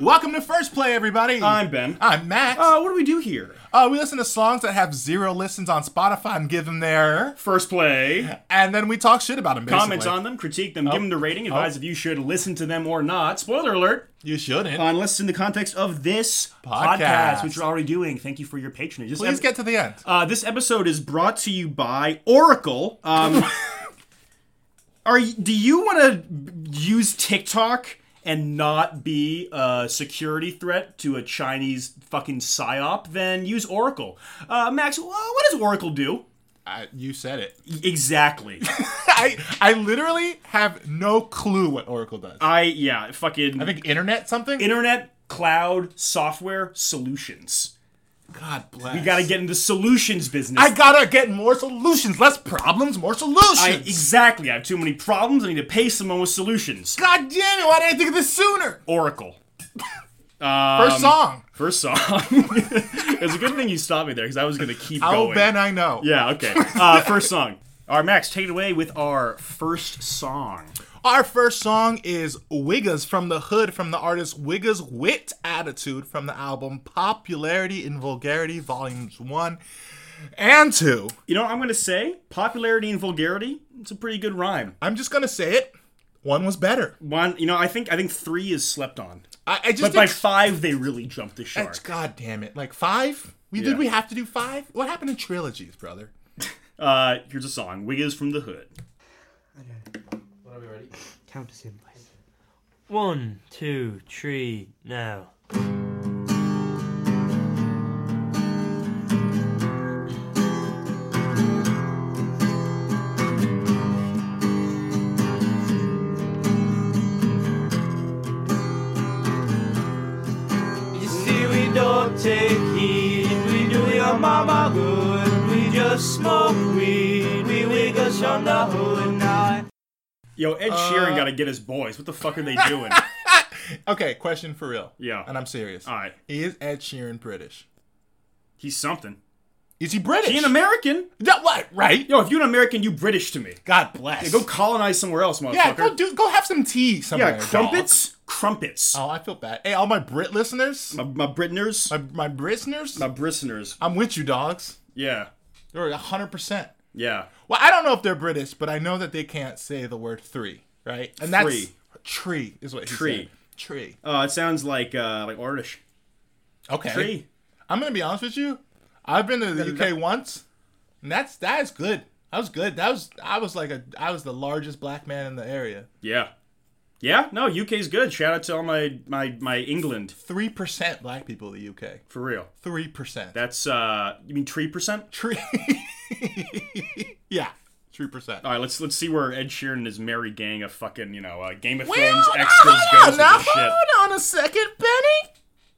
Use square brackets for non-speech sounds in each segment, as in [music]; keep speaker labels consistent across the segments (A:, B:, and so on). A: Welcome to First Play, everybody.
B: I'm Ben.
A: I'm Max.
B: Uh, what do we do here?
A: Uh, we listen to songs that have zero listens on Spotify and give them their, [laughs]
B: First play.
A: and then we talk shit about them. Basically.
B: Comments on them, critique them,
A: Oh.
B: give them the rating, advise if you should listen to them or not. Spoiler alert.
A: You shouldn't.
B: Unless it's in the context of this
A: Podcast.
B: podcast, which we're already doing. Thank you for your patronage. This
A: Please
B: epi-
A: get to the end.
B: uh, this episode is brought to you by Oracle.
A: [laughs]
B: Um, are you, do you want to use TikTok and not be a security threat to a Chinese fucking psyop? Then use Oracle. Uh, Max, wh- what does Oracle do? E-,
A: I, you said it. [laughs]
B: Exactly.
A: I I literally have no clue what Oracle does.
B: I yeah, fucking
A: I think internet something.
B: internet cloud software solutions.
A: God bless.
B: You got to get into solutions business.
A: I gotta get more solutions. Less problems, more solutions.
B: I- e- exactly. I have too many problems. I need to pay someone with solutions.
A: God damn it! Why didn't I think of this sooner?
B: Oracle.
A: First
B: Um,
A: song.
B: First song. [laughs] it's a good thing you stopped me there because I was gonna keep
A: Oh
B: going.
A: Ben, I know.
B: Yeah. Okay. Uh, first song. All right, Max, take it away with our first song.
A: Our first song is Wiggas from the Hood from the artist Wiggas Wit Attitude from the album Popularity in Vulgarity Volumes 1 and 2.
B: You know, what I'm gonna say popularity and vulgarity. It's a pretty good rhyme.
A: I'm just going to say it. One was better.
B: One, you know, I think I think three is slept on,
A: I, I just
B: but by five they really jumped the shark.
A: did, God damn it. Like 5? We
B: Yeah.
A: did we have to do 5? What happened to trilogies, brother?
B: Uh, here's a song, Wiggas from the Hood.
C: Count us in, please. One, two, three, now. You see, we don't take heed. We do your mama good. We just smoke weed. We wig us on the hood now.
B: Yo,
A: Uh,
B: Ed Sheeran got to get his boys. What the
A: [laughs]
B: fuck are they doing?
A: Okay, question for real.
B: Yeah.
A: And I'm serious.
B: All right,
A: Is Ed Sheeran British?
B: he's something.
A: Is he British?
B: He an American?
A: Yeah, what? Right?
B: Yo, if you're an American, you British to me.
A: God bless.
B: Go colonize somewhere else, motherfucker.
A: yeah, go do go have some tea somewhere.
B: Yeah, crumpets, crumpets.
A: Oh, I feel bad. Hey, all my Brit listeners,
B: My, my Britners,
A: my, my Britners,
B: my Brisseners.
A: I'm with you, dogs.
B: Yeah,
A: They're 100%.
B: yeah.
A: Well, I don't know if they're British, but I know that they can't say the word three, right? And that's
B: Three.
A: tree is what he
B: Tree.
A: said. Tree.
B: Uh, it sounds like uh, like Irish.
A: Okay.
B: Tree.
A: I'm gonna be honest with you. I've been to the UK once, and that's that is good. That was good. That was I was like a I was the largest black man in the area.
B: Yeah, yeah. No, UK's good. Shout out to all my my my England
A: Three percent black people in the UK.
B: for real.
A: Three percent.
B: That's uh, you mean tree percent?
A: Tree. [laughs] yeah. Three percent.
B: All right, let's let's see where Ed Sheeran and his merry gang of fucking you know uh, Game of
A: Well,
B: Thrones
A: now,
B: extras
A: hold
B: goes
A: on
B: with
A: now,
B: this shit.
A: Hold on a second, Benny.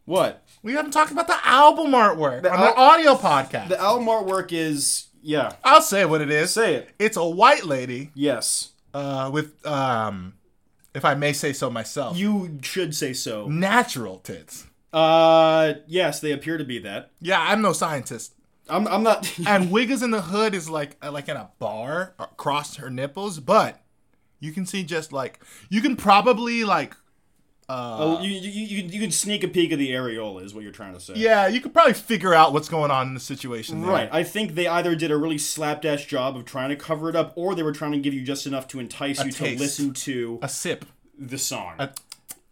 B: What?
A: We haven't talked about the album artwork on
B: al-
A: the audio podcast.
B: The album artwork is yeah.
A: I'll say what it is.
B: Say it.
A: It's a white lady
B: Yes.
A: uh, with, um, if I may say so myself,
B: You should say so.
A: natural tits.
B: Uh, yes, they appear to be that.
A: Yeah, I'm no scientist.
B: I'm I'm not. [laughs]
A: And Wiggles in the Hood is like uh, like in a bar across her nipples, but you can see just like you can probably like
B: oh, you, you you you can sneak a peek of the areola is what you're trying to say.
A: yeah you could probably figure out what's going on in the situation. there.
B: Right. I think they either did a really slapdash job of trying to cover it up, or they were trying to give you just enough to entice you to
A: taste.
B: listen to
A: A sip.
B: the song,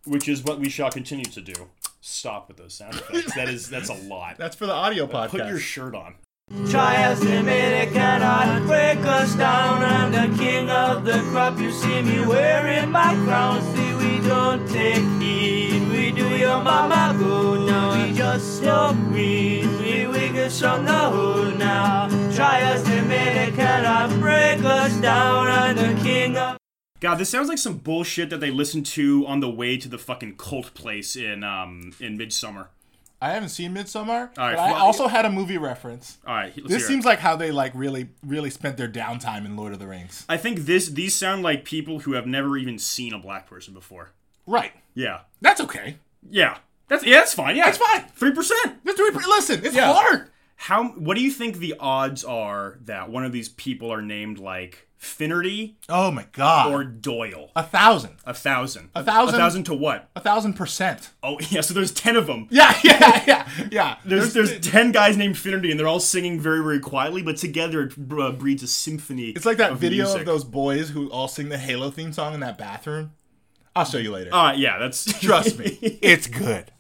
B: which is what we shall continue to do. Stop with those sound effects. that is that's a lot.
A: That's for the audio podcast.
B: Put your shirt on.
C: Try us to minute cannot break us down. I'm the king of the crop. You see me wearing my crown. See, we don't take heed. We do your mama good now. We just smoke weed. We wiggles from the hood now. Try us to minute cannot break us down. I'm the king of.
B: God, this sounds like some bullshit that they listened to on the way to the fucking cult place in um in midsummer.
A: I haven't seen Midsummer.
B: All right,
A: but I
B: well-
A: also had a movie reference.
B: All right, let's
A: This
B: hear it.
A: seems like how they like really really spent their downtime in Lord of the Rings.
B: I think this these sound like people who have never even seen a black person before.
A: Right.
B: Yeah,
A: That's okay.
B: yeah, that's yeah, that's fine. Yeah,
A: That's fine.
B: Three percent.
A: That's three. Listen, it's
B: Yeah.
A: hard.
B: How? What do you think the odds are that one of these people are named like Finnerty
A: Oh my god.
B: or Doyle?
A: a thousand.
B: A thousand. A
A: thousand?
B: A thousand to what?
A: A thousand percent.
B: Oh [laughs] yeah. So there's ten of them.
A: [laughs] Yeah, yeah, yeah, yeah.
B: There's there's ten guys named Finnerty, and they're all singing very very quietly, but together it uh, breeds a symphony.
A: It's like that
B: of
A: video
B: music.
A: of those boys who all sing the Halo theme song in that bathroom. I'll show you later.
B: Uh, yeah,
A: [laughs]
B: that's [laughs]
A: Trust me, it's good.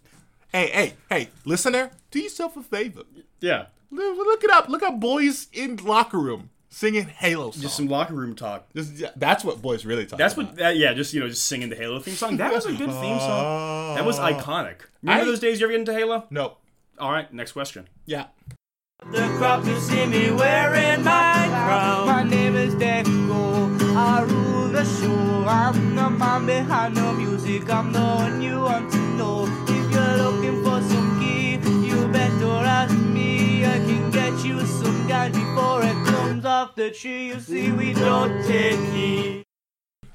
A: Hey, hey, hey, listener, do yourself a favor.
B: yeah,
A: Look look it up. Look up boys in locker room singing Halo songs.
B: just some locker room talk.
A: Just- yeah, that's what boys really talk.
B: That's
A: about.
B: what, that, yeah, just you know, just singing the Halo theme song. That was a good theme song. That was iconic. Remember
A: Ah. I-
B: those days you ever get into Halo?
A: No.
B: All right, next question.
A: Yeah.
C: The crop you see me wearing my crown. My name is Deco. I rule the show. I'm the man behind the music. I'm the one you want to know. If you're looking for some key, you better ask me. I can get you some guide before it comes off the tree. You see, we don't take heed.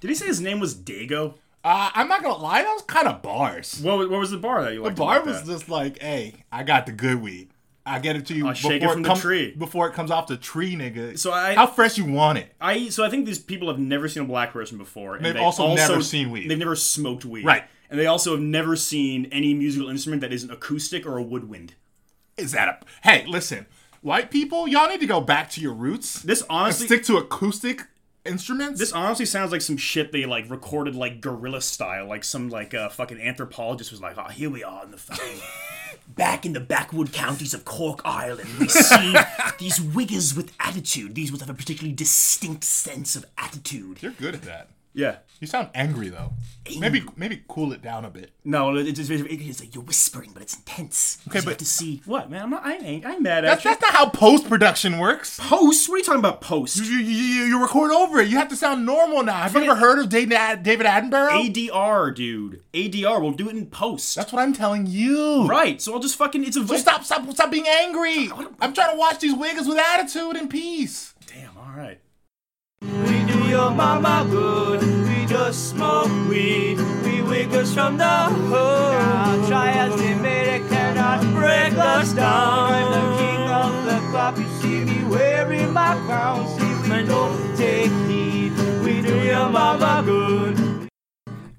B: Did he say his name was Dago?
A: Uh, I'm not gonna lie. That was kind of bars.
B: What, wa- what was the bar that you
A: The
B: liked?
A: bar
B: about
A: was
B: that?
A: just like, "Hey, I got the good weed. I get it to you
B: I'll shake it from the
A: comes
B: tree."
A: before it comes off the tree, nigga.
B: So I-
A: how fresh you want it?
B: I so I think these people have never seen a black person before. And
A: They've
B: they
A: also never seen weed.
B: They've never smoked weed.
A: Right.
B: And they also have never seen any musical instrument that isn't acoustic or a woodwind.
A: Is that a hey? Listen, white people, y'all need to go back to your roots.
B: This
A: and
B: honestly,
A: stick to acoustic instruments.
B: this honestly sounds like some shit they like recorded like guerrilla style, like some like uh, fucking anthropologist was like, "Oh, here we are in the fucking." [laughs] Back in the backwood counties of Cork, Ireland,
A: [laughs]
B: we see these wiggers with attitude. These would have a particularly distinct sense of attitude.
A: You're good at that.
B: Yeah.
A: You sound angry though. Maybe maybe cool it down a bit.
B: No, it's, it's, it's like you're whispering, but it's intense. Okay,
A: but-
B: to see what man, I'm not. I ain't. I'm mad
A: That's, that's not how post production works.
B: Post? What are you talking about? Post?
A: You, you, you, you record over it. You have to sound normal now. Have you
B: Forget-
A: ever heard of David Ad- David Attenborough?
B: ADR, dude. ADR. We'll do it in post.
A: that's what I'm telling you.
B: right. So I'll just fucking. It's a.
A: So stop stop stop being angry. I'm trying to watch these wiggers with attitude and peace.
B: Damn. All right.
C: We do your mama good. We just smoke weed. We wiggles from the hood. Now try as they may, they cannot break us down. I'm the king of the club. You see me wearing my crown. See we don't take heed. We do your mama good.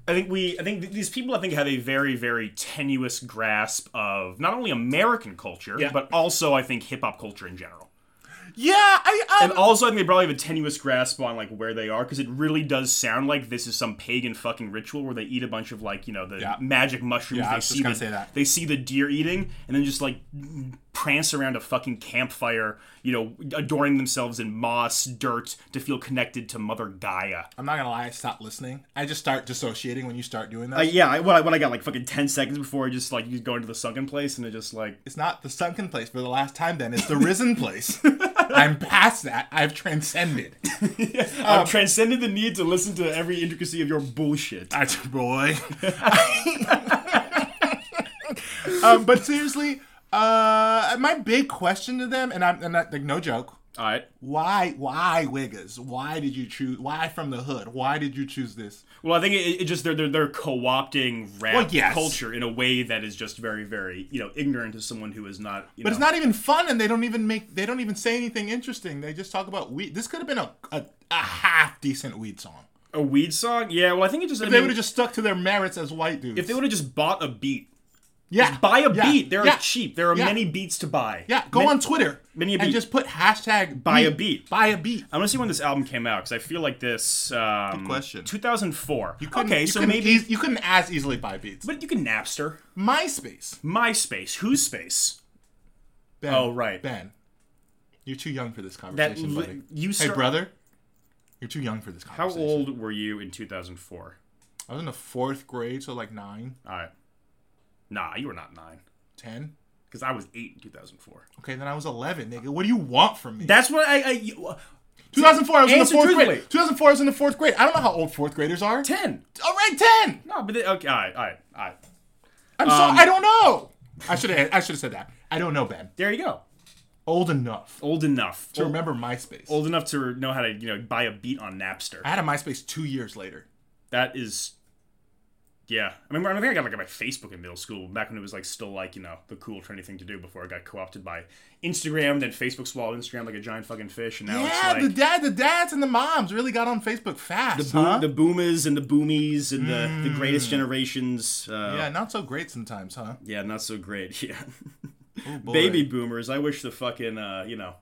B: I think we. I think th- these people. I think have a very, very tenuous grasp of not only American culture,
A: Yeah.
B: but also I think hip hop culture in general.
A: Yeah, I um,
B: And also, I think they probably have a tenuous grasp on like where they are because it really does sound like this is some pagan fucking ritual where they eat a bunch of like you know the
A: Yeah.
B: magic mushrooms.
A: Yeah, I
B: they
A: was just
B: see
A: gonna
B: the,
A: say that.
B: they see the deer eating and then just like prance around a fucking campfire, you know, adorning themselves in moss, dirt to feel connected to Mother Gaia.
A: I'm not gonna lie. I stopped listening. I just start dissociating when you start doing that.
B: Uh, yeah, I, when, I, when I got like fucking ten seconds before, I just like you go into the sunken place and it just like
A: it's not the sunken place for the last time. Then it's the risen place. [laughs] I'm past that. I've transcended. Uh,
B: I've transcended the need to listen to every intricacy of your bullshit.
A: That's your boy. [laughs] um, but seriously, uh, my big question to them, and I'm, and I, like no joke,
B: All right.
A: why, why Wiggers? Why did you choose? Why from the hood? Why did you choose this?
B: Well, I think it, it just they're they're, they're co-opting rap
A: Well, yes.
B: culture in a way that is just very very you know ignorant to someone who is not. You
A: But
B: know,
A: it's not even fun, and they don't even make. They don't even say anything interesting. They just talk about weed. This could have been a a, a half decent weed song.
B: a weed song. Yeah, well, I think it just I
A: They
B: mean,
A: would have just stuck to their merits as white dudes.
B: if they would have just bought a beat,
A: yeah,
B: buy a
A: yeah,
B: beat. They're
A: yeah,
B: cheap. There are
A: yeah.
B: many beats to buy.
A: Yeah, go
B: Ma-
A: on Twitter
B: many a
A: and
B: beat.
A: just put hashtag
B: Buy a beat.
A: Buy a beat.
B: I want to see when this album came out because I feel like this. Um, Good
A: question.
B: 2004.
A: You couldn't-
B: okay,
A: you
B: so
A: couldn't
B: maybe.
A: eas- you couldn't as easily buy beats.
B: but you can Napster,
A: MySpace.
B: MySpace, Who's Space.
A: Ben,
B: Oh, right.
A: Ben, you're too young for this
B: That
A: conversation, buddy.
B: li- you
A: Hey,
B: start-
A: brother, you're too young for this
B: How
A: conversation.
B: old were you in 2004?
A: I was in the fourth grade, so like nine,
B: All right. Nah, you were not nine
A: ten.
B: because I was eight in 2004.
A: Okay, then I was eleven, nigga. What do you want from me?
B: That's what I. I you,
A: 2004, I was in the
B: Answer
A: fourth grade.
B: truthfully.
A: 2004, I was in the fourth grade. I don't know how old fourth graders are.
B: ten.
A: All right, ten.
B: No, but they, okay. All right, all right, all right.
A: I'm
B: Um,
A: sorry, I don't know. I should have. I should have said that. I don't know, Ben.
B: There you go.
A: Old enough
B: Old enough.
A: to
B: old,
A: remember MySpace.
B: old enough to know how to you know buy a beat on Napster.
A: I had a MySpace two years later.
B: That is Yeah, I mean, I think I got like my Facebook in middle school back when it was like still like you know the cool trendy thing to do before it got co-opted by Instagram. Then Facebook swallowed Instagram like a giant fucking fish, and now
A: yeah,
B: it's
A: the
B: like
A: dad, the dads, and the moms really got on Facebook fast.
B: boom-
A: huh? Mm.
B: the boomers and the boomies and the, the greatest generations. Uh,
A: yeah, not so great sometimes, huh?
B: yeah, not so great. [laughs] Yeah,
A: Oh, boy.
B: baby boomers. I wish the fucking uh, you know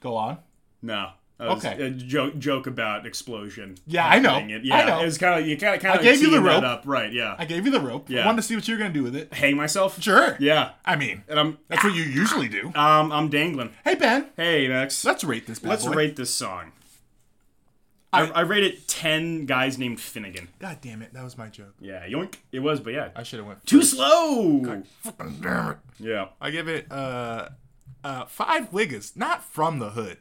A: go on.
B: no. That was
A: Okay.
B: A joke joke about explosion.
A: Yeah, I know.
B: happening. Oh, It, yeah,
A: I know.
B: It was kind of you kind of kind
A: I
B: of
A: gave you the rope.
B: up, right? Yeah.
A: I gave you the rope.
B: Yeah.
A: I wanted to see what you were gonna do with it. [laughs]
B: Hang myself.
A: Sure.
B: Yeah,
A: I mean,
B: and I'm
A: that's what you usually do.
B: um I'm dangling.
A: Hey Ben,
B: Hey Max.
A: let's rate this. Bad
B: Let's
A: boy.
B: rate this song. I,
A: I-
B: I rate it 10 guys named Finnegan.
A: God damn it, that was my joke.
B: Yeah, yoink. It was, but yeah.
A: I should have went.
B: Too slow!
A: Fucking damn it.
B: Yeah.
A: I give it uh, uh, five wiggers, not from the hood.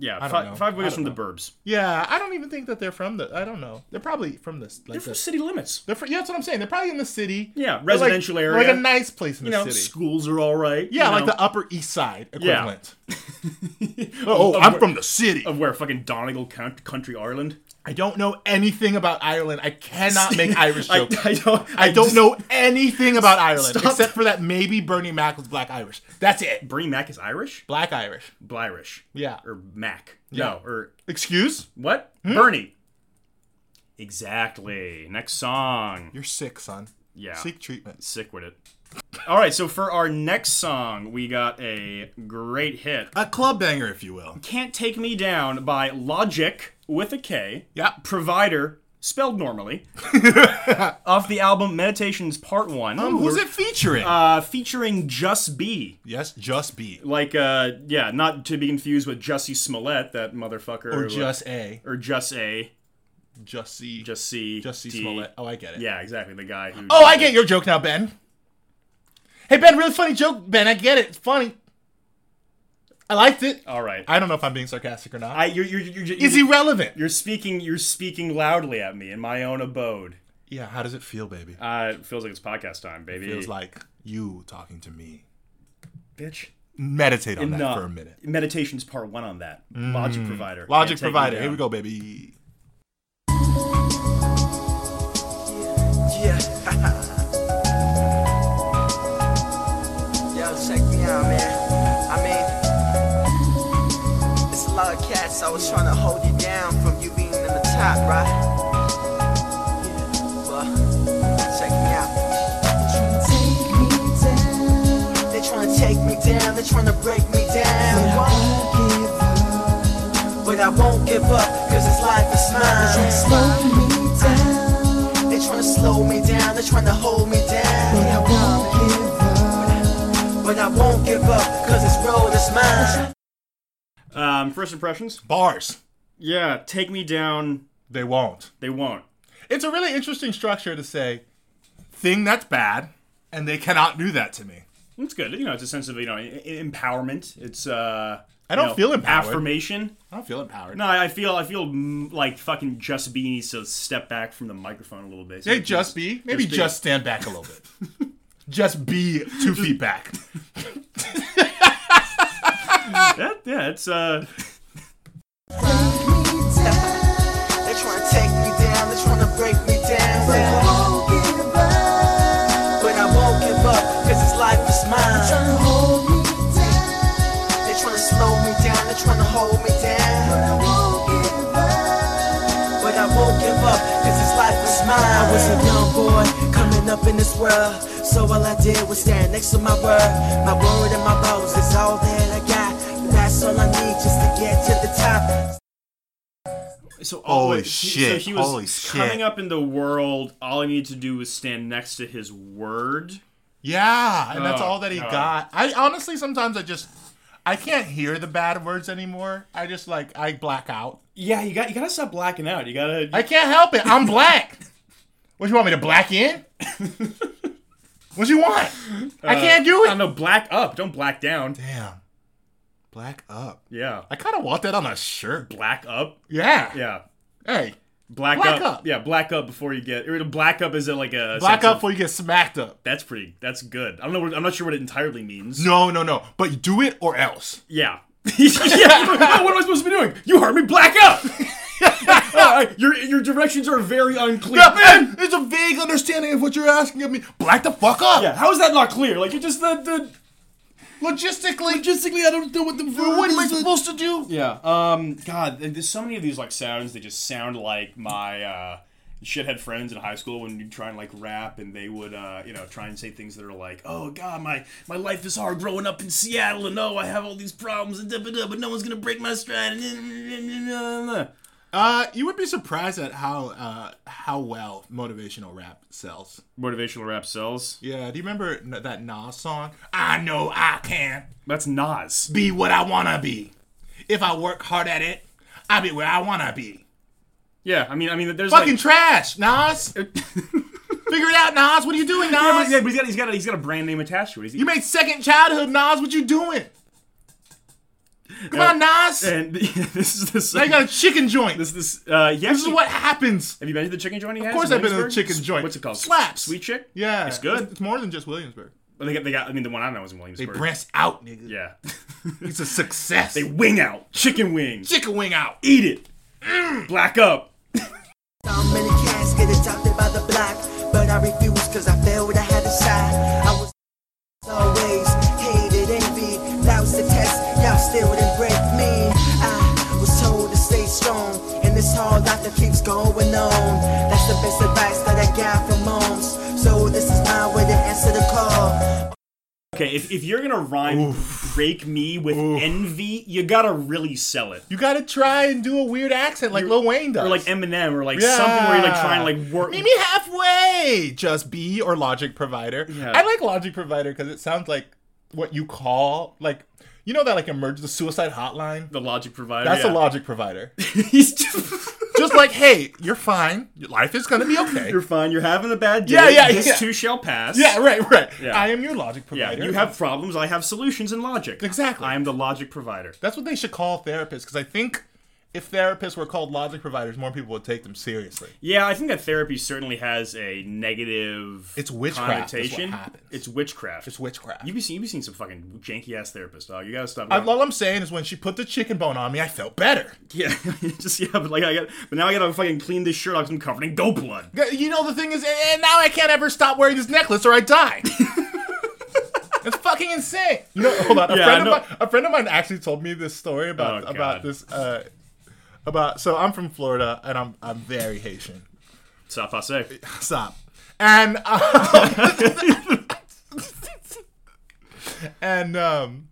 B: Yeah,
A: don't know.
B: five, five
A: I
B: wiggles from
A: don't
B: the burbs.
A: Yeah, I don't even think that they're from the. I don't know. They're probably from this. Like
B: They're
A: the,
B: from city limits.
A: they're fr- yeah, that's what I'm saying. They're probably in the city.
B: Yeah,
A: They're
B: residential
A: like,
B: area.
A: like a nice place in
B: you
A: the
B: know,
A: city.
B: schools are all right.
A: yeah,
B: you
A: like
B: know,
A: the Upper East Side
B: Yeah.
A: equivalent. oh,
B: Of
A: I'm
B: where-
A: from the city.
B: Of where fucking Donegal Coun- Country, Ireland.
A: I don't know anything about Ireland. I cannot make Irish
B: [laughs] I,
A: jokes.
B: I don't,
A: I don't
B: just-
A: know anything about Ireland
B: Stop.
A: except for that maybe Bernie Mac was black Irish. That's it.
B: Bernie Mac is Irish?
A: Black Irish.
B: Blirish.
A: Yeah.
B: Or Mac.
A: Yeah. Hmm?
B: No, or
A: Excuse?
B: what? Bernie. Exactly. Next song.
A: You're sick, son.
B: Yeah.
A: Seek treatment.
B: sick with it. All right, so for our next song, we got a great hit.
A: A club banger, if you will.
B: Can't Take Me Down by Logic with a K.
A: Yeah.
B: Provider, spelled normally.
A: [laughs]
B: off the album Meditations Part 1.
A: Um, who's it featuring?
B: Uh, featuring Just B.
A: yes, just B.
B: Like, uh, yeah, not to be confused with Jussie Smollett, that motherfucker.
A: Or
B: who- uh,
A: just A.
B: Or Just A.
A: Just C. Just,
B: Just C.
A: C
B: D.
A: Smollett. Oh, I get it.
B: Yeah, exactly. The guy who.
A: Oh, I get your joke now, Ben. Hey, Ben, really funny joke, Ben. I get it. It's funny. I liked it.
B: All right.
A: I don't know if I'm being sarcastic or not.
B: I, you're, you're, you're, you're,
A: Is he relevant?
B: You're speaking. You're speaking loudly at me in my own abode.
A: Yeah, how does it feel, baby?
B: Uh, it feels like it's podcast time, baby.
A: Feels like you talking to me.
B: bitch.
A: Meditate on that
B: Enough.
A: for a minute. Mm.
B: Meditation's part one on that. Logic provider.
A: Logic
B: Can't take me
A: provider. Here
B: down.
A: we go, baby.
D: Yeah. Yo, check me out, man. I mean, it's a lot of cats I was trying to hold you down from you being in the top, right? Yeah. But check me out. They're trying to take me down. They're trying to break me down. But I won't give up, cause this life is mine. They tryna slow me down, they tryna hold me down. But I won't give up. But I won't give up, cause this road is mine.
B: Um, first impressions.
A: Bars.
B: Yeah, take me down.
A: They won't.
B: They won't.
A: It's a really interesting structure to say thing that's bad, and they cannot do that to me.
B: It's good. You know, it's a sense of you know i- i- empowerment. It's uh.
A: I don't
B: you know,
A: feel empowered.
B: Affirmation.
A: I don't feel empowered.
B: No, I I feel I feel mm, like fucking Just B needs to step back from the microphone a little bit.
A: Hey, just be. Maybe
B: Just
A: just,
B: be.
A: stand back a little bit.
B: [laughs]
A: just be two feet back.
B: That, yeah, it's uh.
D: They tryna take me down, they tryna break me down. But I won't, but I won't give up, cause this life is mine. They tryna slow me down, they tryna hold me down. But I won't give up, cause this life is mine. I was a young boy, coming up in this world. So all I did was stand next to my word. My word and my vows is all that I got. That's all I need just to get to the top.
B: So
A: Holy
B: all,
A: shit,
B: So he was
A: holy
B: coming
A: shit.
B: up in the world. All he needed to do was stand next to his word.
A: Yeah, and that's
B: Oh,
A: all that he
B: God.
A: got. I honestly sometimes I just I can't hear the bad words anymore. I just like I black out.
B: Yeah, you got you gotta stop blacking out. You gotta.
A: I can't help it. I'm black. What you want me to black in? [laughs] what you want? I can't do
B: I
A: it.
B: know. Black up. Don't black down.
A: Damn. Black up.
B: Yeah.
A: I kind of want that on a shirt.
B: Black up.
A: Yeah.
B: Yeah.
A: Hey.
B: Black,
A: Black
B: up.
A: up.
B: Yeah. Black up before you get. Or black up is it like a
A: Black
B: sense
A: up
B: of-
A: before you get smacked up.
B: that's pretty. That's good. I don't know. What, I'm not sure what it entirely means.
A: No, no, no. But do it or else.
B: Yeah. yeah. What am I supposed to be doing? You heard me. Black up. yeah, your your directions are very unclear.
A: Yeah, man, it's a vague understanding of what you're asking of me. Black the fuck up.
B: Yeah, how is that not clear? Like it just the, the
A: Logistically,
B: logistically, I don't know what the verb
A: what am I
B: is.
A: supposed to do?
B: Yeah. Um. God, th- there's so many of these like sounds that just sound like my uh, shithead friends in high school when you try and like rap and they would uh, you know try and say things that are like, oh God, my my life is hard growing up in Seattle and oh I have all these problems and da da da, but no one's gonna break my stride. And
A: Uh, you would be surprised at how uh, how well motivational rap sells.
B: motivational rap sells.
A: Yeah, do you remember n- that Nas song? I know I can
B: That's Nas.
A: be what I wanna be. If I work hard at it, I'll be where I wanna be.
B: Yeah. I mean, I mean, there's
A: Fucking
B: Like,
A: trash, Nas. [laughs] Figure
B: [laughs]
A: it out, Nas. What are you [laughs] doing, Nas?
B: yeah, but, yeah, but he's got he's got a, he's got a brand name attached to it. He's-
A: You made second childhood, Nas. What you doing? Come on, Nas.
B: [laughs] and [laughs] this is this.
A: Now you got a chicken joint. This,
B: [laughs] this this. Uh, yeah.
A: is what happens.
B: Have you been to the chicken joint he has?
A: Of course,
B: in
A: I've been to the
B: Williamsburg?
A: chicken joint.
B: What's it called?
A: Slaps.
B: Sweet chick.
A: Yeah,
B: It's good.
A: It's more than just Williamsburg.
B: Well, They got. They got. I mean, the one I know is in
A: They
B: Williamsburg.
A: branch out, nigga.
B: yeah. [laughs]
A: It's a success.
B: they
A: They
B: wing out chicken wings.
A: chicken wing out.
B: Eat it.
A: Mm.
B: Black up.
D: So many cats get adopted by the block, but I refuse cause I failed what I had to shine. I was always hated, envy, that was the test, y'all still didn't break me. I was told to stay strong, and this whole life that keeps going on. That's the best advice that I got from moms. So this is my way to answer the call.
B: Okay, if, if you're gonna rhyme "break me" with envy, you gotta really sell it,
A: You gotta try and do a weird accent like Lil Wayne does.
B: or like Eminem, or like something where you're like trying to like work.
A: Meet me halfway. Just be or Logic Provider.
B: Yeah.
A: I like Logic Provider because it sounds like what you call like you know that like emergency suicide hotline.
B: the logic provider.
A: That's
B: Oh, yeah.
A: a [laughs] Logic
B: [laughs]
A: Provider.
B: He's just- [laughs]
A: Just like hey, you're fine. Your life is gonna be okay.
B: you're fine. You're having a bad day.
A: Yeah, yeah,
B: This
A: yeah.
B: too shall pass.
A: yeah, right, right.
B: Yeah.
A: I am your Logic
B: Yeah,
A: Provider.
B: you have problems. I have solutions in logic.
A: Exactly.
B: I am the logic provider.
A: That's what they should call therapists because I think if therapists were called Logic Providers, more people would take them seriously.
B: Yeah, I think that therapy certainly has a negative.
A: It's witchcraft is what
B: Connotation.
A: happens.
B: It's witchcraft.
A: It's witchcraft.
B: You've seen, you've seen some fucking janky ass therapists, dog. You gotta stop.
A: I, all I'm saying is when she put the chicken bone on me, I felt better.
B: yeah, [laughs] just yeah, but like I got, but now I gotta fucking clean this shirt off. 'cause I'm covered in goat blood.
A: Yeah, You know, the thing is, and- and now I can't ever stop wearing this necklace or I die. [laughs] It's fucking insane. You know, hold on. A,
B: Yeah, I
A: friend
B: know.
A: of mine, a friend of mine actually told me this story about
B: Oh,
A: about
B: God.
A: this uh, about. So I'm from Florida and I'm I'm very Haitian.
B: Stop, I
A: [laughs]
B: say.
A: Stop. And um, [laughs] and um,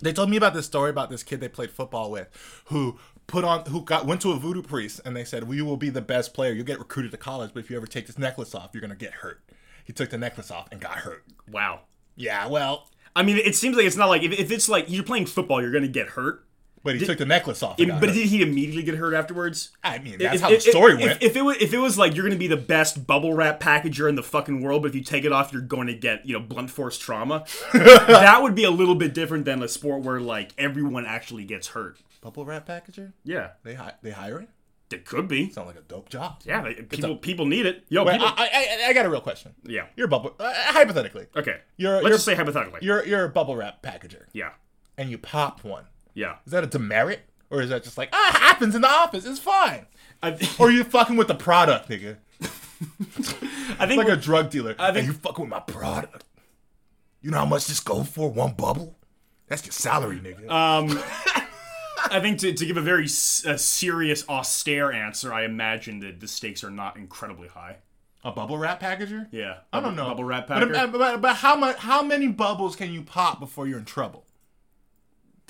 A: they told me about this story about this kid they played football with, who put on who got went to a voodoo priest and they said, "We will be the best player. You'll get recruited to college, but if you ever take this necklace off, you're gonna get hurt." He took the necklace off and got hurt.
B: Wow.
A: Yeah, well,
B: I mean, it seems like it's not like if, if it's like you're playing football, you're gonna get hurt.
A: but he took the necklace off. And got
B: but
A: hurt.
B: did he immediately get hurt afterwards?
A: I mean, that's
B: If-
A: how the
B: if-
A: story
B: if,
A: went.
B: If, it was, if it was like you're gonna be the best bubble wrap packager in the fucking world, but if you take it off, you're going to get you know blunt force
A: [laughs]
B: trauma. that would be a little bit different than a sport where like everyone actually gets hurt.
A: Bubble wrap packager?
B: Yeah,
A: They hi- they hire it?
B: it could be.
A: Sound like a dope job.
B: Yeah, like, people people need it. Yo,
A: Wait,
B: people,
A: I, I, I got a real question.
B: yeah.
A: You're a bubble. Uh, hypothetically,
B: Okay,
A: You're-
B: let's
A: you're-
B: just say hypothetically.
A: you're you're a bubble wrap packager
B: yeah,
A: and you pop one.
B: yeah.
A: Is that a demerit or is that just like ah it happens in the office? It's fine.
B: [laughs] I,
A: Or you fucking with the product, nigga.
B: I think
A: Like a drug dealer. I
B: think-
A: you fucking with my product. You know how much this go for one bubble? That's your salary, nigga.
B: Uh, I think to, to give a very s- a serious, austere answer, I imagine that the stakes are not incredibly high.
A: a bubble wrap packager?
B: Yeah,
A: I don't know.
B: Bubble wrap
A: But-
B: packer.
A: But, but- but how much? How many bubbles can you pop before you're in trouble,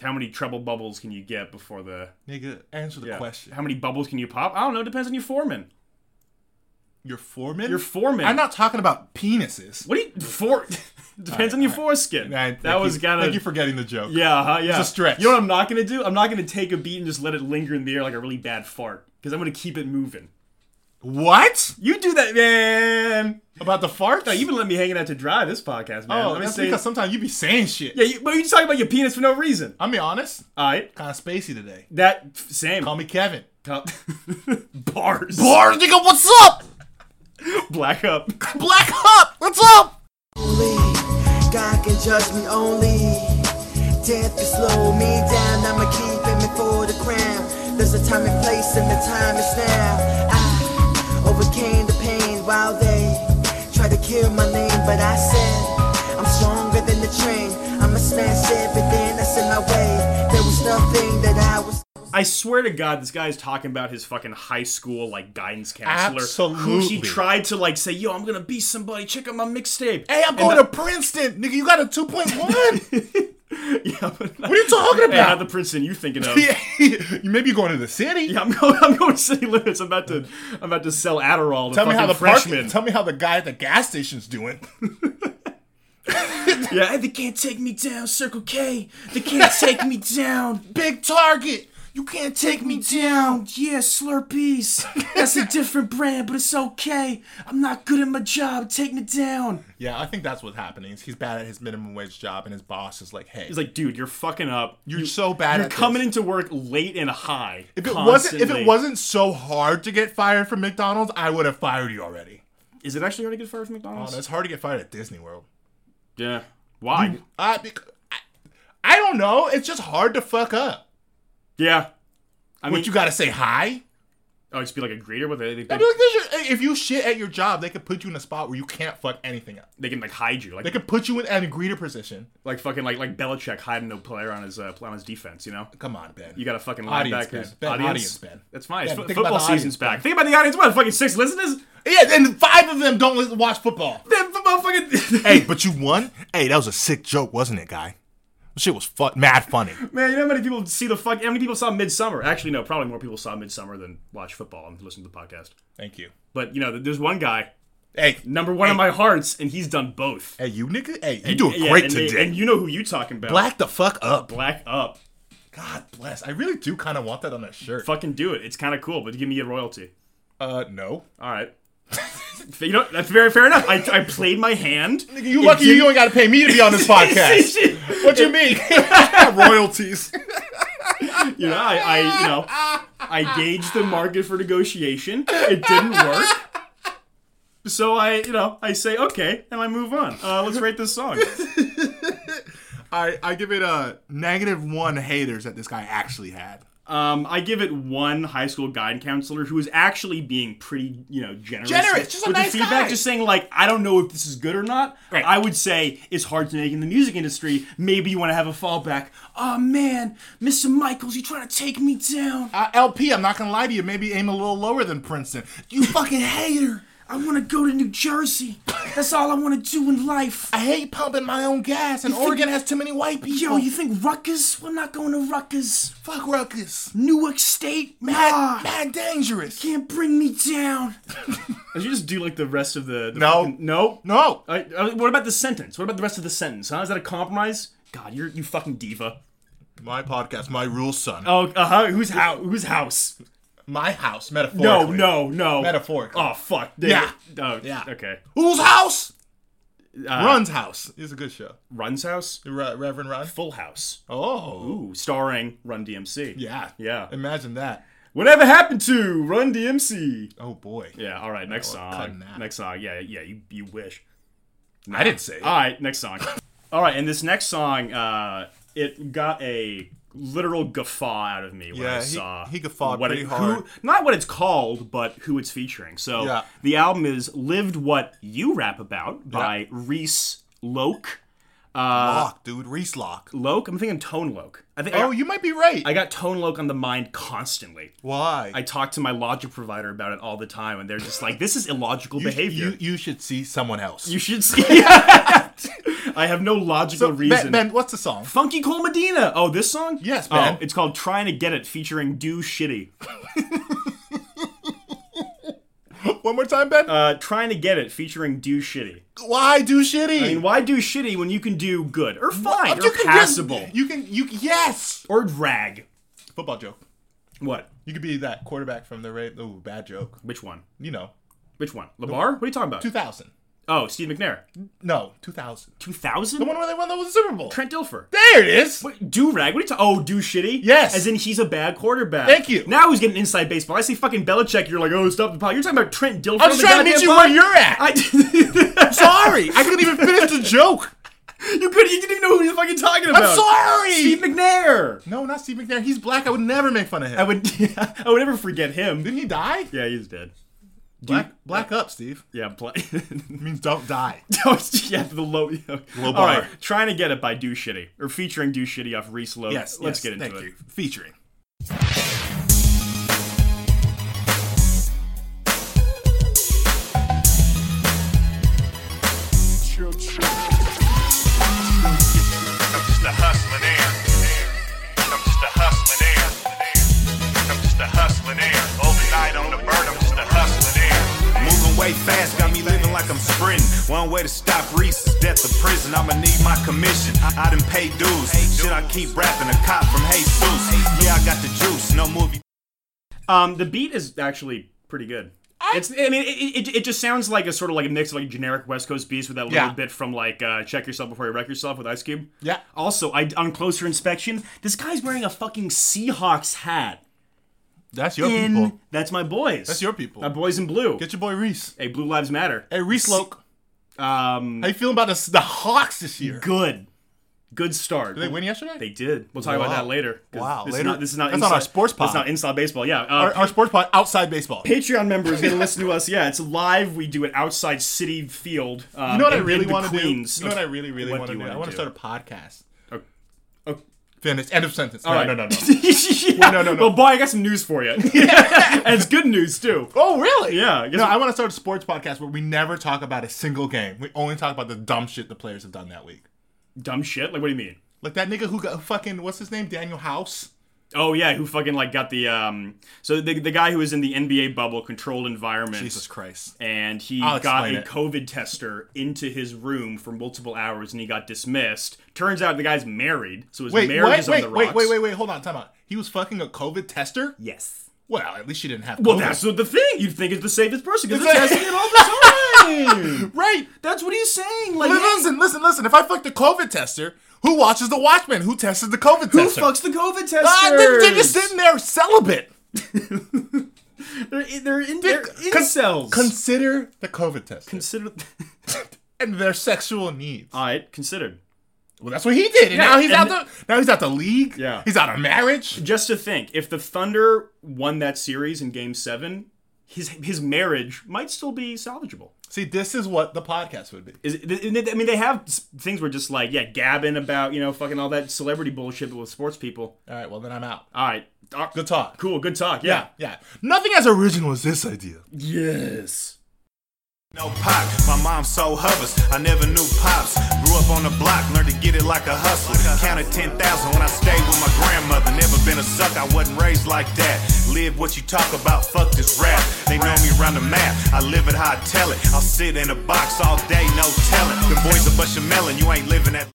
B: How many treble bubbles can you get before the
A: nigga? Answer the
B: Yeah.
A: question.
B: How many bubbles can you pop? I don't know. It depends on your foreman.
A: Your foreman.
B: Your foreman.
A: I'm not talking about penises.
B: What do you for? [laughs] depends on your foreskin.
A: Man,
B: that
A: thank
B: was
A: you,
B: kind
A: Thank you
B: of.
A: for getting the joke.
B: [laughs] yeah, uh-huh, yeah.
A: It's a stretch.
B: You know what I'm not gonna do? I'm not gonna take a beat and just let it linger in the air like a really bad fart because I'm gonna keep it moving.
A: What
B: You do that, man.
A: about the farts?
B: You've been letting me hanging out to dry this podcast, man.
A: Oh,
B: Let me
A: that's
B: say-
A: because sometimes you be saying shit.
B: yeah, you, but you just talking about your penis for no reason.
A: I'm be honest,
B: All right,
A: kind of spacey today.
B: that f- same
A: Call me Kevin.
B: Cup. [laughs] bars.
A: Bar nigga, what's up?
B: Black up.
A: Black up, what's up?
D: only. God can judge me only. Death can slow me down. I'ma keep aiming for the crown. There's a time and place, and the time is now. I overcame the pain while they tried to kill my name, but I said, I'm stronger than the train. I'ma smash everything that's in my way. There was nothing that I was.
B: I swear to God, this guy is talking about his fucking high school like guidance counselor, who
A: Absolutely.
B: he tried to like say, "Yo, I'm gonna be somebody. Check out my mixtape."
A: Hey, I'm
B: And
A: going to Princeton, nigga. You got a two point one.
B: [laughs]
A: What
B: the- [laughs] yeah, but not,
A: are you talking
B: Hey, not
A: about?
B: the Princeton you thinking of.
A: [laughs] Yeah, you may be going to the city.
B: Yeah, I'm going. I'm going to city limits. I'm about to. I'm about to sell Adderall to
A: Tell me
B: fucking
A: how the
B: freshmen.
A: park, Tell me how the guy at the gas station's doing. [laughs]
B: yeah, hey, they can't take me down, Circle K. They can't take me down.
A: Big Target. You can't take me down.
B: Yeah, Slurpees. That's a different brand, but it's okay. I'm not good at my job. Take me down.
A: Yeah, I think that's what's happening. is He's bad at his minimum wage job, and his boss is like, "Hey,
B: He's like, dude, you're fucking up.
A: you're so bad.
B: You're
A: at
B: coming
A: this.
B: into work late and high.
A: If it wasn't, if
B: constantly.
A: it wasn't so hard to get fired from McDonald's, I would have fired you already.
B: is it actually already good for from
A: Oh,
B: McDonald's?
A: no, it's hard to get fired at Disney World.
B: yeah. Why?
A: Uh, bec- I, I don't know. It's just hard to fuck up.
B: Yeah. I mean,
A: What you gotta say hi?
B: oh, just be like a greeter with it. They,
A: I
B: they,
A: mean, like, there's your- if you shit at your job, they could put you in a spot where you can't fuck anything up.
B: they can like hide you, like
A: They could put you in an greeter position.
B: like fucking like like Belichick hiding a player on his uh, on his defense. You know,
A: Come on, Ben.
B: you got a fucking
A: Audience,
B: linebacker.
A: Ben. Ben, audience, Ben.
B: That's fine.
A: Ben,
B: It's fo-
A: think about
B: football
A: the audience,
B: season's
A: Ben.
B: back. Think about the audience. What fucking six listeners?
A: Yeah, and five of them don't li- watch football.
B: Then football fucking. [laughs]
A: hey, but you won. Hey, that was a sick joke, wasn't it, guy? Shit was fu- mad funny.
B: Man, you know how many people see the fuck? How many people saw Midsummer? Actually, no, probably more people saw Midsummer than watch football and listen to the podcast.
A: Thank you.
B: But you know, there's one guy
A: Hey,
B: number one in my hearts, and he's done both.
A: hey, you nigga. Hey, you doing
B: Yeah,
A: great
B: and they-
A: today.
B: and you know who you talking about?
A: Black the fuck up.
B: Black up.
A: God bless. I really do kind of want that on that shirt.
B: Fucking do it. It's kind of cool, but give me a royalty.
A: Uh, no.
B: All right. [laughs] you know that's very fair enough. I, I played
A: [laughs]
B: my hand.
A: You lucky you ain't got to pay me to be on [laughs] this
B: [laughs]
A: podcast. what you mean? [laughs] Royalties.
B: You know, I, I you know I gauged the market for negotiation. It didn't work. So I, you know, I say okay, and I move on. Uh, let's rate this song.
A: I I give it a negative one haters that this guy actually had.
B: Um, I give it one high school guide counselor who is actually being pretty, you know, generous.
A: Generous, just a
B: with the
A: nice
B: feedback,
A: guy.
B: just saying like, I don't know if this is good or not.
A: Right.
B: I would say it's hard to make in the music industry. Maybe you want to have a fallback. Oh man, Mr. Michaels, you trying to take me down?
A: Uh, LP, I'm not gonna lie to you. Maybe aim a little lower than Princeton. You fucking hater.
B: I want to go to New Jersey. That's all I want to do in life.
A: I hate pumping my own gas, and
B: think-
A: Oregon has too many white people.
B: Yo, you think Ruckus? Well, I'm not going to Ruckus.
A: fuck ruckus.
B: Newark State,
A: Mad,
B: man,
A: mad dangerous.
B: can't bring me down. [laughs] Did you just do like the rest of the? the
A: No.
B: fucking- no,
A: No.
B: All right, uh, what about the sentence? What about the rest of the sentence? Huh? Is that a compromise? God, you're you fucking diva.
A: My podcast, my rules, son.
B: Oh, uh huh. Who's house? Who's house?
A: my house, metaphorically.
B: No, no, no.
A: Metaphorically.
B: Oh fuck.
A: Yeah.
B: Oh,
A: Yeah.
B: Okay.
A: Whose house? Run's house. Uh, It's a good show.
B: Run's house.
A: Re- Reverend Run.
B: Full House.
A: Oh.
B: Ooh, starring Run DMC.
A: Yeah.
B: Yeah.
A: Imagine that.
B: Whatever happened to Run DMC?
A: Oh boy.
B: Yeah. All right. Next
A: well,
B: song.
A: cutting that.
B: Next song. Yeah. Yeah. You you wish.
A: I didn't say. it.
B: All right, next song. All right, and this next song, uh, it got a literal guffaw out of me when
A: Yeah,
B: I
A: he-
B: saw.
A: he guffawed
B: what
A: pretty
B: it,
A: hard.
B: Who, not what it's called, but who it's featuring. So
A: Yeah.
B: the album is "Lived What You Rap About" by Reese Loke.
A: Lock, dude. Reese Lock.
B: Loke, I'm thinking Tone Loke. I think I-
A: Oh, you might be right.
B: I got Tone Loke on the mind constantly.
A: Why?
B: I talk to my logic provider about it all the time, and they're just like, "This is illogical
A: you,
B: behavior."
A: You, you should see someone else.
B: You
A: [laughs]
B: should see. [laughs] I have no logical reason.
A: Ben, Ben, what's the song?
B: Funky Cole Medina. Oh, this song?
A: Yes,
B: Oh,
A: man.
B: it's called "Trying to Get It" featuring Do Shitty.
A: One more time, Ben.
B: Uh, "Trying to Get It" featuring Do Shitty.
A: Why do shitty?
B: I mean, why do shitty when you can do good or fine
A: you
B: or
A: can
B: passable
A: Just, you can you yes.
B: or drag?
A: Football joke.
B: What?
A: You could be that quarterback from the Ravens. Ooh, bad joke.
B: Which one?
A: You know,
B: Which one? Labar? What are you talking about?
A: 2000.
B: Oh, Steve McNair.
A: No, 2000.
B: Two
A: The
B: thousand.
A: one where they won the Super Bowl.
B: Trent Dilfer.
A: There it is.
B: Do rag? What are you talking? Oh, do shitty?
A: Yes.
B: As in he's a bad quarterback.
A: Thank you.
B: Now he's getting inside baseball. I see fucking Belichick. You're like, oh, stop the pot. You're talking about Trent Dilfer.
A: I'm just trying to
B: on the
A: meet
B: goddamn
A: you
B: pod?
A: where you're at.
B: I. [laughs]
A: Sorry, I couldn't even finish the joke.
B: You could. You didn't even know who you're fucking talking about.
A: I'm sorry.
B: Steve McNair.
A: no, not Steve McNair. He's black. I would never make fun of him.
B: I would. [laughs] I would never forget him.
A: Didn't he die?
B: Yeah, he's dead.
A: Black, black up, Steve.
B: Yeah, [laughs] play.
A: It means don't die.
B: yeah, the low. [laughs]
A: Low
B: All
A: bar.
B: right, trying to get it by Do Shitty or featuring Do Shitty off Reese Lowe.
A: [laughs] Yes,
B: let's
A: yes,
B: get into
A: thank
B: it.
A: You. Featuring.
E: I'm just a hustling air. I'm just a hustling air. I'm just a hustling air. Overnight on the bird, I'm just a hustling air.
F: Moving way fast, got me living like I'm sprinting. One way to stop Reese is death to prison. I'ma need my commission. I done pay dues. Shit, I keep rapping a cop from Jesus. Yeah, I got the juice. No movie.
B: Um, the beat is actually pretty good. it's. I mean, it, it, it just sounds like a sort of like a mix of like generic West Coast beats with that little
A: Yeah.
B: bit from like uh, "Check Yourself Before You Wreck Yourself" with Ice Cube.
A: Yeah.
B: Also, I on closer inspection, this guy's wearing a fucking Seahawks hat.
A: That's your
B: In
A: people.
B: that's my boys.
A: That's your people.
B: My boys in blue.
A: Get your boy Reese.
B: hey, blue lives matter.
A: Hey, Reese Loke.
B: Um,
A: How you feeling about the, the Hawks this year?
B: good, good start.
A: Did they win yesterday?
B: They did. We'll talk about
A: Wow.
B: that later. 'cause
A: Wow,
B: This
A: later-
B: Is not, this is not
A: that's on our
B: inside-
A: sports pod.
B: This is not inside baseball. Yeah. Uh,
A: our, our sports pod outside baseball.
B: Patreon members gonna listen to us. Yeah, it's live. We do it outside City Field. Um,
A: you know what I
B: in-
A: really
B: in
A: want to do? You
B: Queens
A: know
B: of-
A: what I really, really
B: What
A: want to
B: do
A: do?
B: you
A: I
B: wanna
A: want
B: do?
A: to start a podcast.
B: Oh, oh.
A: Finish. End of sentence. no,
B: All right.
A: no, no, no.
B: [laughs] yeah.
A: no, no, no.
B: Well, boy, I got some news for you, [laughs] and it's good news too.
A: [laughs] Oh, really?
B: Yeah, I guess-
A: no, I want to start a sports podcast where we never talk about a single game. We only talk about the dumb shit the players have done that week.
B: Dumb shit. Like, what do you mean?
A: Like that nigga who got fucking what's his name? Daniel House.
B: Oh yeah, who fucking like got the um? So the the guy who was in the NBA bubble, controlled environment.
A: Jesus Christ.
B: and he
A: I'll
B: got
A: explain
B: a
A: it.
B: COVID tester into his room for multiple hours, and he got dismissed. Turns out the guy's married, so his
A: Wait,
B: marriage
A: wait,
B: is on
A: wait,
B: the
A: wait,
B: rocks.
A: wait, wait, wait, hold on, time out. He was fucking a COVID tester?
B: Yes.
A: Well, at least she didn't have COVID.
B: Well, that's what the thing. You'd think it's the safest person because they're
A: It's
B: testing it all the
A: [laughs]
B: time.
A: right.
B: That's what he's saying. Like,
A: Li- Listen, listen, listen. If I fucked a COVID tester, who watches the Watchmen? Who tested the COVID
B: who
A: tester?
B: fucks the COVID testers?
A: Ah, they're, they're just sitting there celibate.
B: They're, they're, in, they're
A: Con-
B: incels.
A: Consider the COVID tester
B: consider. [laughs]
A: and their sexual needs.
B: all right, considered.
A: Well, that's what he did. And now he's
B: and-
A: out the now he's out the league.
B: Yeah.
A: he's out of marriage.
B: Just to think, if the Thunder won that series in Game Seven, his his marriage might still be salvageable.
A: See, this is what the podcast would be.
B: Is it, and they- I mean, they have s- things where just like, yeah, gabbing about, you know, fucking all that celebrity bullshit with sports people.
A: All right, well then I'm out.
B: All right. Ah,
A: Good talk.
B: Cool. Good talk. Yeah.
A: yeah. Nothing as original as this idea.
B: Yes.
F: No pop, my mom sold hovers. I never knew pops. Grew up on the block, learned to get it like a hustler. Counted 10,000 when I stayed with my grandmother. Never been a suck, I wasn't raised like that. Live what you talk about, fuck this rap. They know me around the map, I live it how I tell it. I'll sit in a box all day, no telling. The boys are bushin' melon, you ain't living that.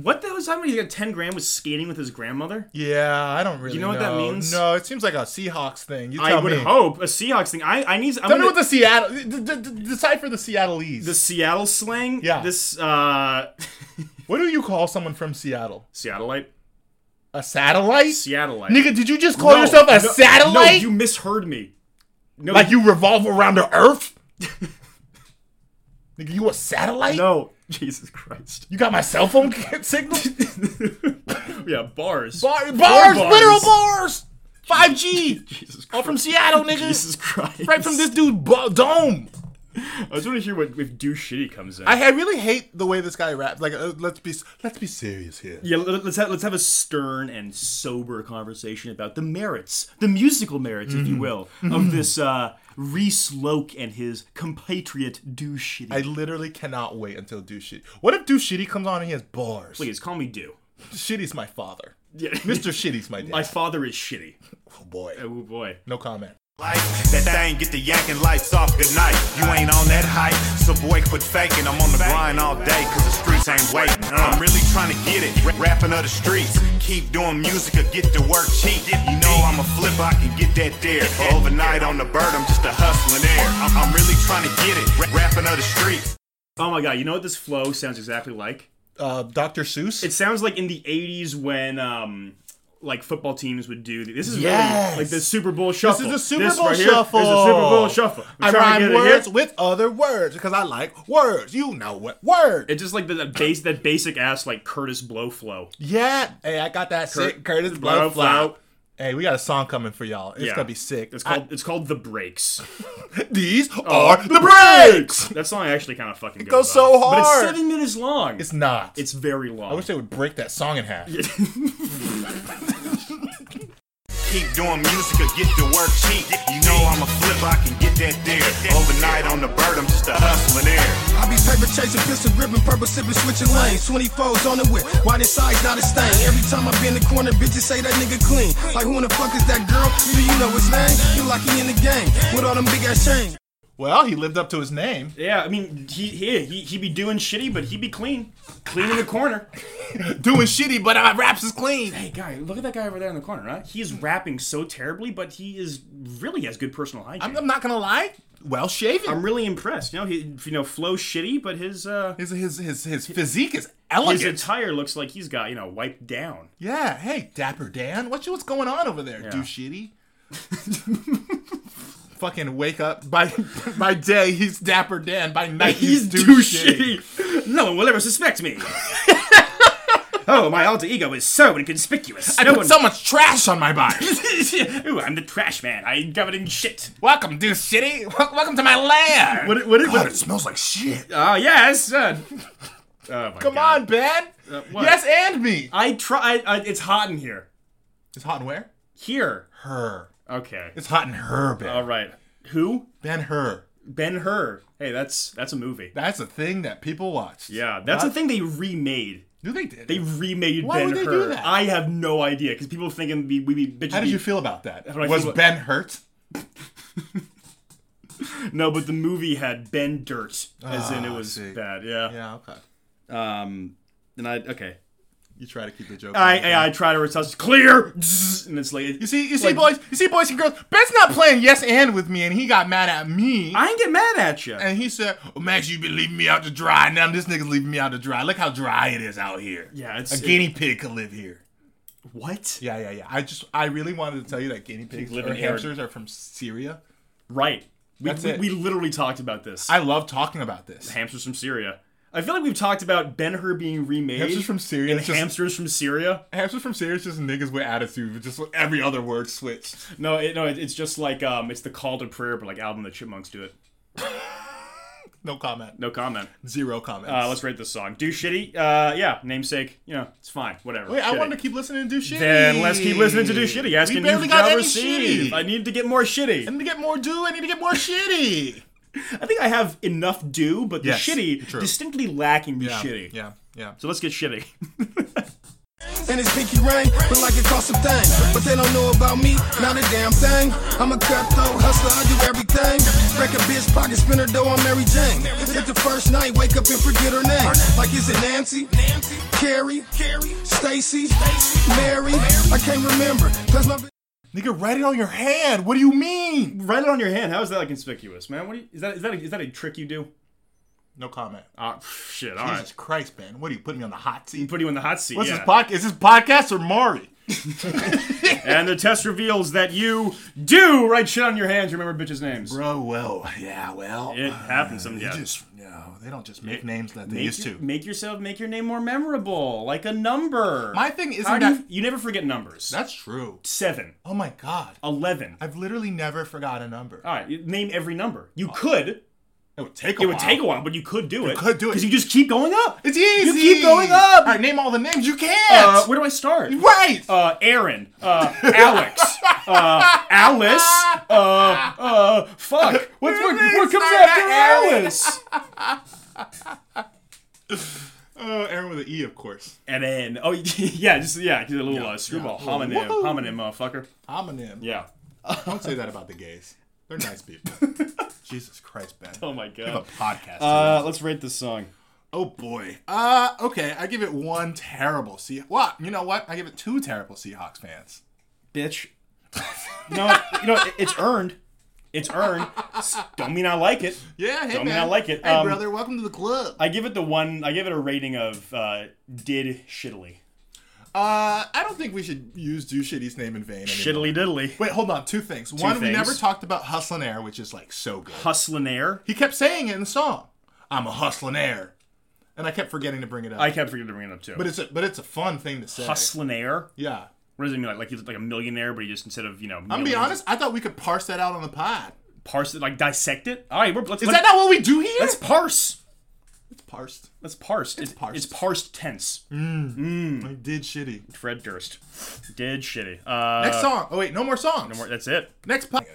B: What the hell was talking about? He got 10 grand with skating with his grandmother?
A: Yeah, I don't really.
B: You know what that means?
A: No, it seems like a Seahawks thing. You
B: I
A: tell
B: would
A: me.
B: hope. A Seahawks thing. I, I need.
A: Tell
B: I'm
A: me
B: gonna-
A: what the Seattle. D- d- d- decide for the Seattleese.
B: The Seattle slang?
A: Yeah.
B: This, uh. [laughs]
A: what do you call someone from Seattle?
B: Seattleite?
A: A satellite?
B: Seattleite.
A: Nigga, did you just call
B: No,
A: yourself a
B: no, No,
A: satellite?
B: you misheard me.
A: [laughs]
B: No,
A: like you revolve around the
B: [laughs]
A: Earth? Nigga, you a satellite?
B: No. [laughs] Jesus Christ.
A: You got my cell phone [laughs]
B: [laughs]
A: signal?
B: yeah, bars.
A: Bar-
B: Four
A: bars, literal bars. 5G.
B: Jesus Christ.
A: All from
B: [laughs]
A: Seattle, nigga.
B: Jesus Christ.
A: Right from this dude bu- dome.
B: I just want to hear what if Do Shitty comes in.
A: I, I really hate the way this guy raps. Like, uh, let's be let's be serious here.
B: yeah, let- let's have, let's have a stern and sober conversation about the merits, the musical merits, if you will, of this uh, Reese Loke and his compatriot Do Shitty.
A: I literally cannot wait until Do Shitty. What if Do Shitty comes on and he has bars?
B: Please call me Do.
A: Shitty's my father. [laughs]
B: Yeah.
A: Mr. Shitty's my dad.
B: My father is shitty.
A: oh boy.
B: Oh boy.
A: No comment.
F: Life, that thing get the yanking lights off, good night. You ain't on that hype, so boy, quit faking. I'm on the grind all day, cause the streets ain't waiting. I'm really trying to get it, ra- rapping of the streets. Keep doing music or get to work cheap. You know I'm a flipper, I can get that there. Overnight on the bird, I'm just a hustling air. I'm, I'm really trying to get it, ra- rapping of the streets.
B: Oh my god, you know what this flow sounds exactly like?
A: Uh, Dr. Seuss.
B: It sounds like in the 80s when um like football teams would do. This is
A: Yes.
B: really like the Super Bowl shuffle.
A: This is a Super Bowl
B: right here is
A: shuffle.
B: a Super Bowl shuffle. I'm
A: I
B: trying to
A: rhyme
B: get it here.
A: words with other words because I like words. You know what word?
B: It's just like the, the base that basic ass like Curtis Blow flow.
A: yeah. Hey, I got that sick Curtis
B: Blow
A: blow
B: flow.
A: flow. Hey, we got a song coming for y'all. It's
B: Yeah.
A: gonna be sick.
B: It's called Oh. it's called the breaks.
A: I- These are the breaks.
B: That song actually kind of fucking it
A: goes so
B: But it's
A: hard.
B: seven minutes long. It's
A: It's not.
B: it's very long.
A: I wish they would break that song in half. [laughs]
F: Keep doing music or get to work cheap. You know I'm a flip, I can get that there. Overnight on the bird, I'm just a hustling air.
G: I be paper chasing, pissing, ripping, purple sipping, switching lanes. 24s on the whip, why this side's not a stain. Every time I be in the corner, bitches say that nigga clean. Like, who in the fuck is that girl? Do you know his name? You like he in the game with all them big ass chains.
A: Well, he lived up to his name.
B: yeah, I mean he he he he be doing shitty, but he be clean, clean in the corner.
A: Doing shitty, but my raps is clean.
B: Hey guy, look at that guy over there in the corner. Huh? He is rapping so terribly, but he is really has good personal hygiene.
A: I'm, I'm not gonna lie. Well shaven.
B: I'm really impressed. You know, he you know flow shitty, but his uh
A: his his his his physique is
B: his
A: elegant.
B: attire looks like he's got you know wiped [laughs] down.
A: yeah. Hey, Dapper Dan, what you what's going on over there? Do [laughs] shitty. Fucking wake up by [laughs] by day he's Dapper Dan. By night he's, do shitty.
B: shitty. No one will ever suspect [laughs] me. oh, my alter ego is so inconspicuous.
A: I
B: no
A: put
B: one.
A: so much trash on my body. [laughs]
B: [laughs] Ooh, I'm the trash man. I ain't covered in shit.
A: welcome, do shitty. Wel- Welcome to my land.
B: What? What?
A: God, it smells like shit.
B: Ah, yes. [laughs] Uh, oh my
A: Come
B: God. Uh,
A: on, Ben.
B: what?
A: yes, and me.
B: I try. I, I, it's hot in here.
A: It's hot and where?
B: Here.
A: Her.
B: Okay.
A: It's hot and her, Ben.
B: All right. Who?
A: ben Her.
B: Ben Hur. Hey, that's that's a movie.
A: That's a thing that people watch.
B: Yeah, that's a thing they remade.
A: Do they did?
B: They remade
A: Why
B: Ben
A: would they
B: Hur.
A: do that?
B: I have no idea because people thinking we we be bitches.
A: How did
B: be-
A: you feel about that?
B: do I
A: Was
B: feel about-
A: Ben hurt?
B: No, but the movie had Ben Dirt, as in it
A: Ah, I
B: was
A: see.
B: bad. Yeah.
A: Yeah, okay.
B: Um. And I okay.
A: You try to keep the joke.
B: I
A: going.
B: I, I try to retouch clear, zzz, and it's like
A: you see, you see, boys, you see, boys and girls. Ben's not playing yes and with me, and he got mad at me.
B: I ain't get mad at you.
A: and he said, oh, "Max, you've been leaving me out to dry. Now this nigga's leaving me out to dry. Look how dry it is out here.
B: Yeah, it's
A: a
B: it-
A: guinea pig could live here.
B: What?
A: Yeah, yeah, yeah. I just, I really wanted to tell you that guinea pigs
B: live
A: or
B: in arid-
A: hamsters are from Syria.
B: Right. We,
A: That's
B: we,
A: it.
B: we literally talked about this.
A: I love talking about this.
B: hamsters from Syria. I feel like we've talked about Ben Hur being remade.
A: Hamsters from Syria.
B: and
A: it's just-
B: hamsters from Syria.
A: hamsters from Syria is just niggas with attitude. Just like every other word switched.
B: No, it, no, it, it's just like um, it's the call to prayer, but like album the Chipmunks do it.
A: No comment.
B: No comment.
A: Zero comments.
B: Uh, let's rate this song. Do shitty. Uh, yeah, namesake. You know, it's fine. Whatever.
A: Wait, I
B: Shitty.
A: wanted to keep listening to Do Shitty.
B: Then let's keep listening to Do Shitty. Asking
A: we barely
B: you
A: got
B: shall
A: any
B: receive.
A: shitty.
B: I
A: I
B: need to get more shitty.
A: need to get more do. I need to get more shitty.
B: I think I have enough do, but the
A: Yes,
B: shitty
A: true.
B: distinctly lacking the
A: Yeah,
B: shitty.
A: Yeah, yeah.
B: So let's get shitty. [laughs]
G: And his pinky ring, but like it cost a thing. But they don't know about me, not a damn thing. I'm a cutthroat hustler, I do everything. Wreck a bitch, pocket spinner, though I'm Mary Jane. Hit the first night, wake up and forget her name. Like, is it Nancy? Nancy? Carrie? Carrie? Stacy? Mary? I can't remember, cause my
A: Nigga, write it on your hand. What do you mean?
B: Write it on your hand. How is that like conspicuous, man? What do you, is that? Is that a, is that a trick you do?
A: No comment.
B: Ah, pff, shit. All
A: Jesus
B: right.
A: Christ, man. What are you putting me on the hot seat?
B: Put you in the hot seat.
A: What's
B: yeah.
A: this podcast? Is this podcast or Mari?
B: and the test reveals that you do write shit on your hands. Remember bitches' names.
A: Bro, well, yeah, well. [sighs] uh,
B: It happens some
A: they
B: yeah.
A: just, no, they don't just make names that they
B: Make,
A: used to.
B: make yourself make your name more memorable, like a number.
A: My thing isn't
B: How do you-
A: that-
B: you, never forget numbers.
A: That's true.
B: seven,
A: Oh my God.
B: eleven.
A: I've literally never forgot a number.
B: All right, you name every number. You
A: Uh,
B: could.
A: It would take a
B: Uh, It
A: while.
B: would take a while, but you could do it.
A: could do it.
B: because you just keep going up.
A: It's easy.
B: You keep going up.
A: All right, name all the names you can.
B: Uh,
A: not
B: where do I start?
A: right.
B: Uh, Aaron, uh, Alex, uh, Alice, uh, uh,
A: [laughs]
B: fuck. What's what, what comes
A: Sorry,
B: after
A: Aaron.
B: Alice?
A: Uh, Aaron with an E, of course.
B: And then, oh [laughs] yeah, just yeah, just a little uh, screwball
A: yeah.
B: homonym,
A: Woohoo.
B: homonym, motherfucker.
A: Homonym.
B: Yeah.
A: Don't say that about the gays. They're nice
B: [laughs]
A: people. Jesus Christ, Ben.
B: Oh my
A: We have
B: god.
A: a podcast.
B: Uh,
A: today.
B: let's rate this song.
A: oh boy. Uh, okay. I give it one terrible Sea. What? You know what? I give it two terrible Seahawks fans.
B: bitch. [laughs] no, you know it- it's earned. It's earned. S- Don't mean I like it.
A: Yeah. Hey
B: Don't mean
A: man.
B: I like it.
A: Hey
B: Um,
A: brother, welcome to the club.
B: I give it the one. I give it a rating of uh, did uh, shittily.
A: Uh, I don't think we should use Do Shitty's name in vain. Anymore.
B: Shittily diddly.
A: Wait, hold on. Two things. One, we
B: things.
A: never talked about hustlin' air, which is like so good.
B: Hustlin' air.
A: He kept saying it in the song. I'm a hustlin' air, and I kept forgetting to bring it up.
B: I kept forgetting to bring it up too.
A: but it's a but it's a fun thing to say.
B: hustlin' air.
A: Yeah.
B: What does it mean? Like, like he's like a millionaire, but he just instead of you know,
A: I'm gonna be honest. I thought we could parse that out on the pod.
B: parse it, like dissect it. All right, we're, let's
A: Is
B: let's,
A: that not what we do here?
B: let's parse.
A: It's parsed.
B: Let's parse. It's,
A: parsed.
B: It's parsed tense.
A: I did shitty.
B: Fred Durst did shitty. Uh,
A: Next song. Oh wait, no more songs. No more.
B: that's it.
A: Next pod.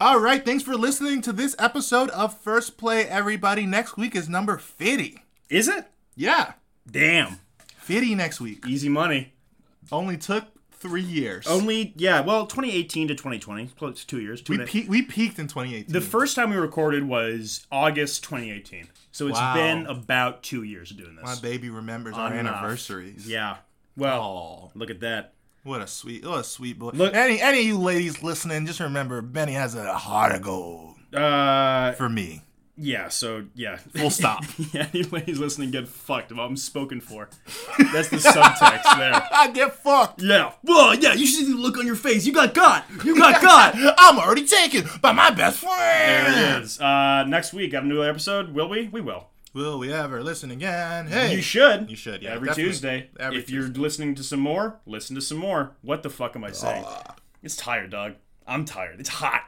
A: All right, thanks for listening to this episode of First Play, everybody. Next week is number 50.
B: Is it?
A: Yeah,
B: Damn.
A: 50 next week.
B: Easy money.
A: Only took three years.
B: Only yeah. Well, 2018 to 2020, close to two years. Two
A: we,
B: and a-
A: pe- we peaked in 2018.
B: the first time we recorded was August 2018, so it's
A: Wow.
B: been about two years of doing this.
A: My baby remembers our
B: Enough.
A: anniversaries.
B: Yeah. Well,
A: Aw,
B: look at that.
A: what a sweet, what a sweet boy.
B: Look-
A: any any of you ladies listening, just remember Benny has a heart of gold
B: Uh,
A: for me.
B: yeah. So yeah. [laughs]
A: Full stop.
B: yeah. Anybody's listening, get fucked. If I'm spoken for, that's the subtext there.
A: [laughs] I get fucked.
B: Yeah. Well, yeah, you should see the look on your face. You got God.
A: [laughs]
B: You got God.
A: I'm already taken by my best friend.
B: there it is. Uh, next week, got a new episode. Will we? We will.
A: Will we ever listen again? Hey,
B: You should.
A: You should, yeah,
B: Every
A: definitely.
B: Tuesday.
A: Every
B: if you're listening to some more, listen to some more. What the fuck am I saying?
A: Ah.
B: It's tired, dog. I'm tired. It's hot.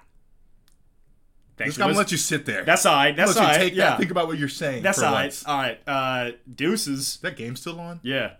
B: Thanks
A: Just
B: for
A: gonna
B: listening.
A: let you sit there.
B: That's all right.
A: let
B: That's all
A: you
B: right.
A: take
B: yeah.
A: that. Think about what you're saying.
B: That's
A: for
B: all right.
A: once.
B: All right. Uh, deuces.
A: That game still on?
B: Yeah.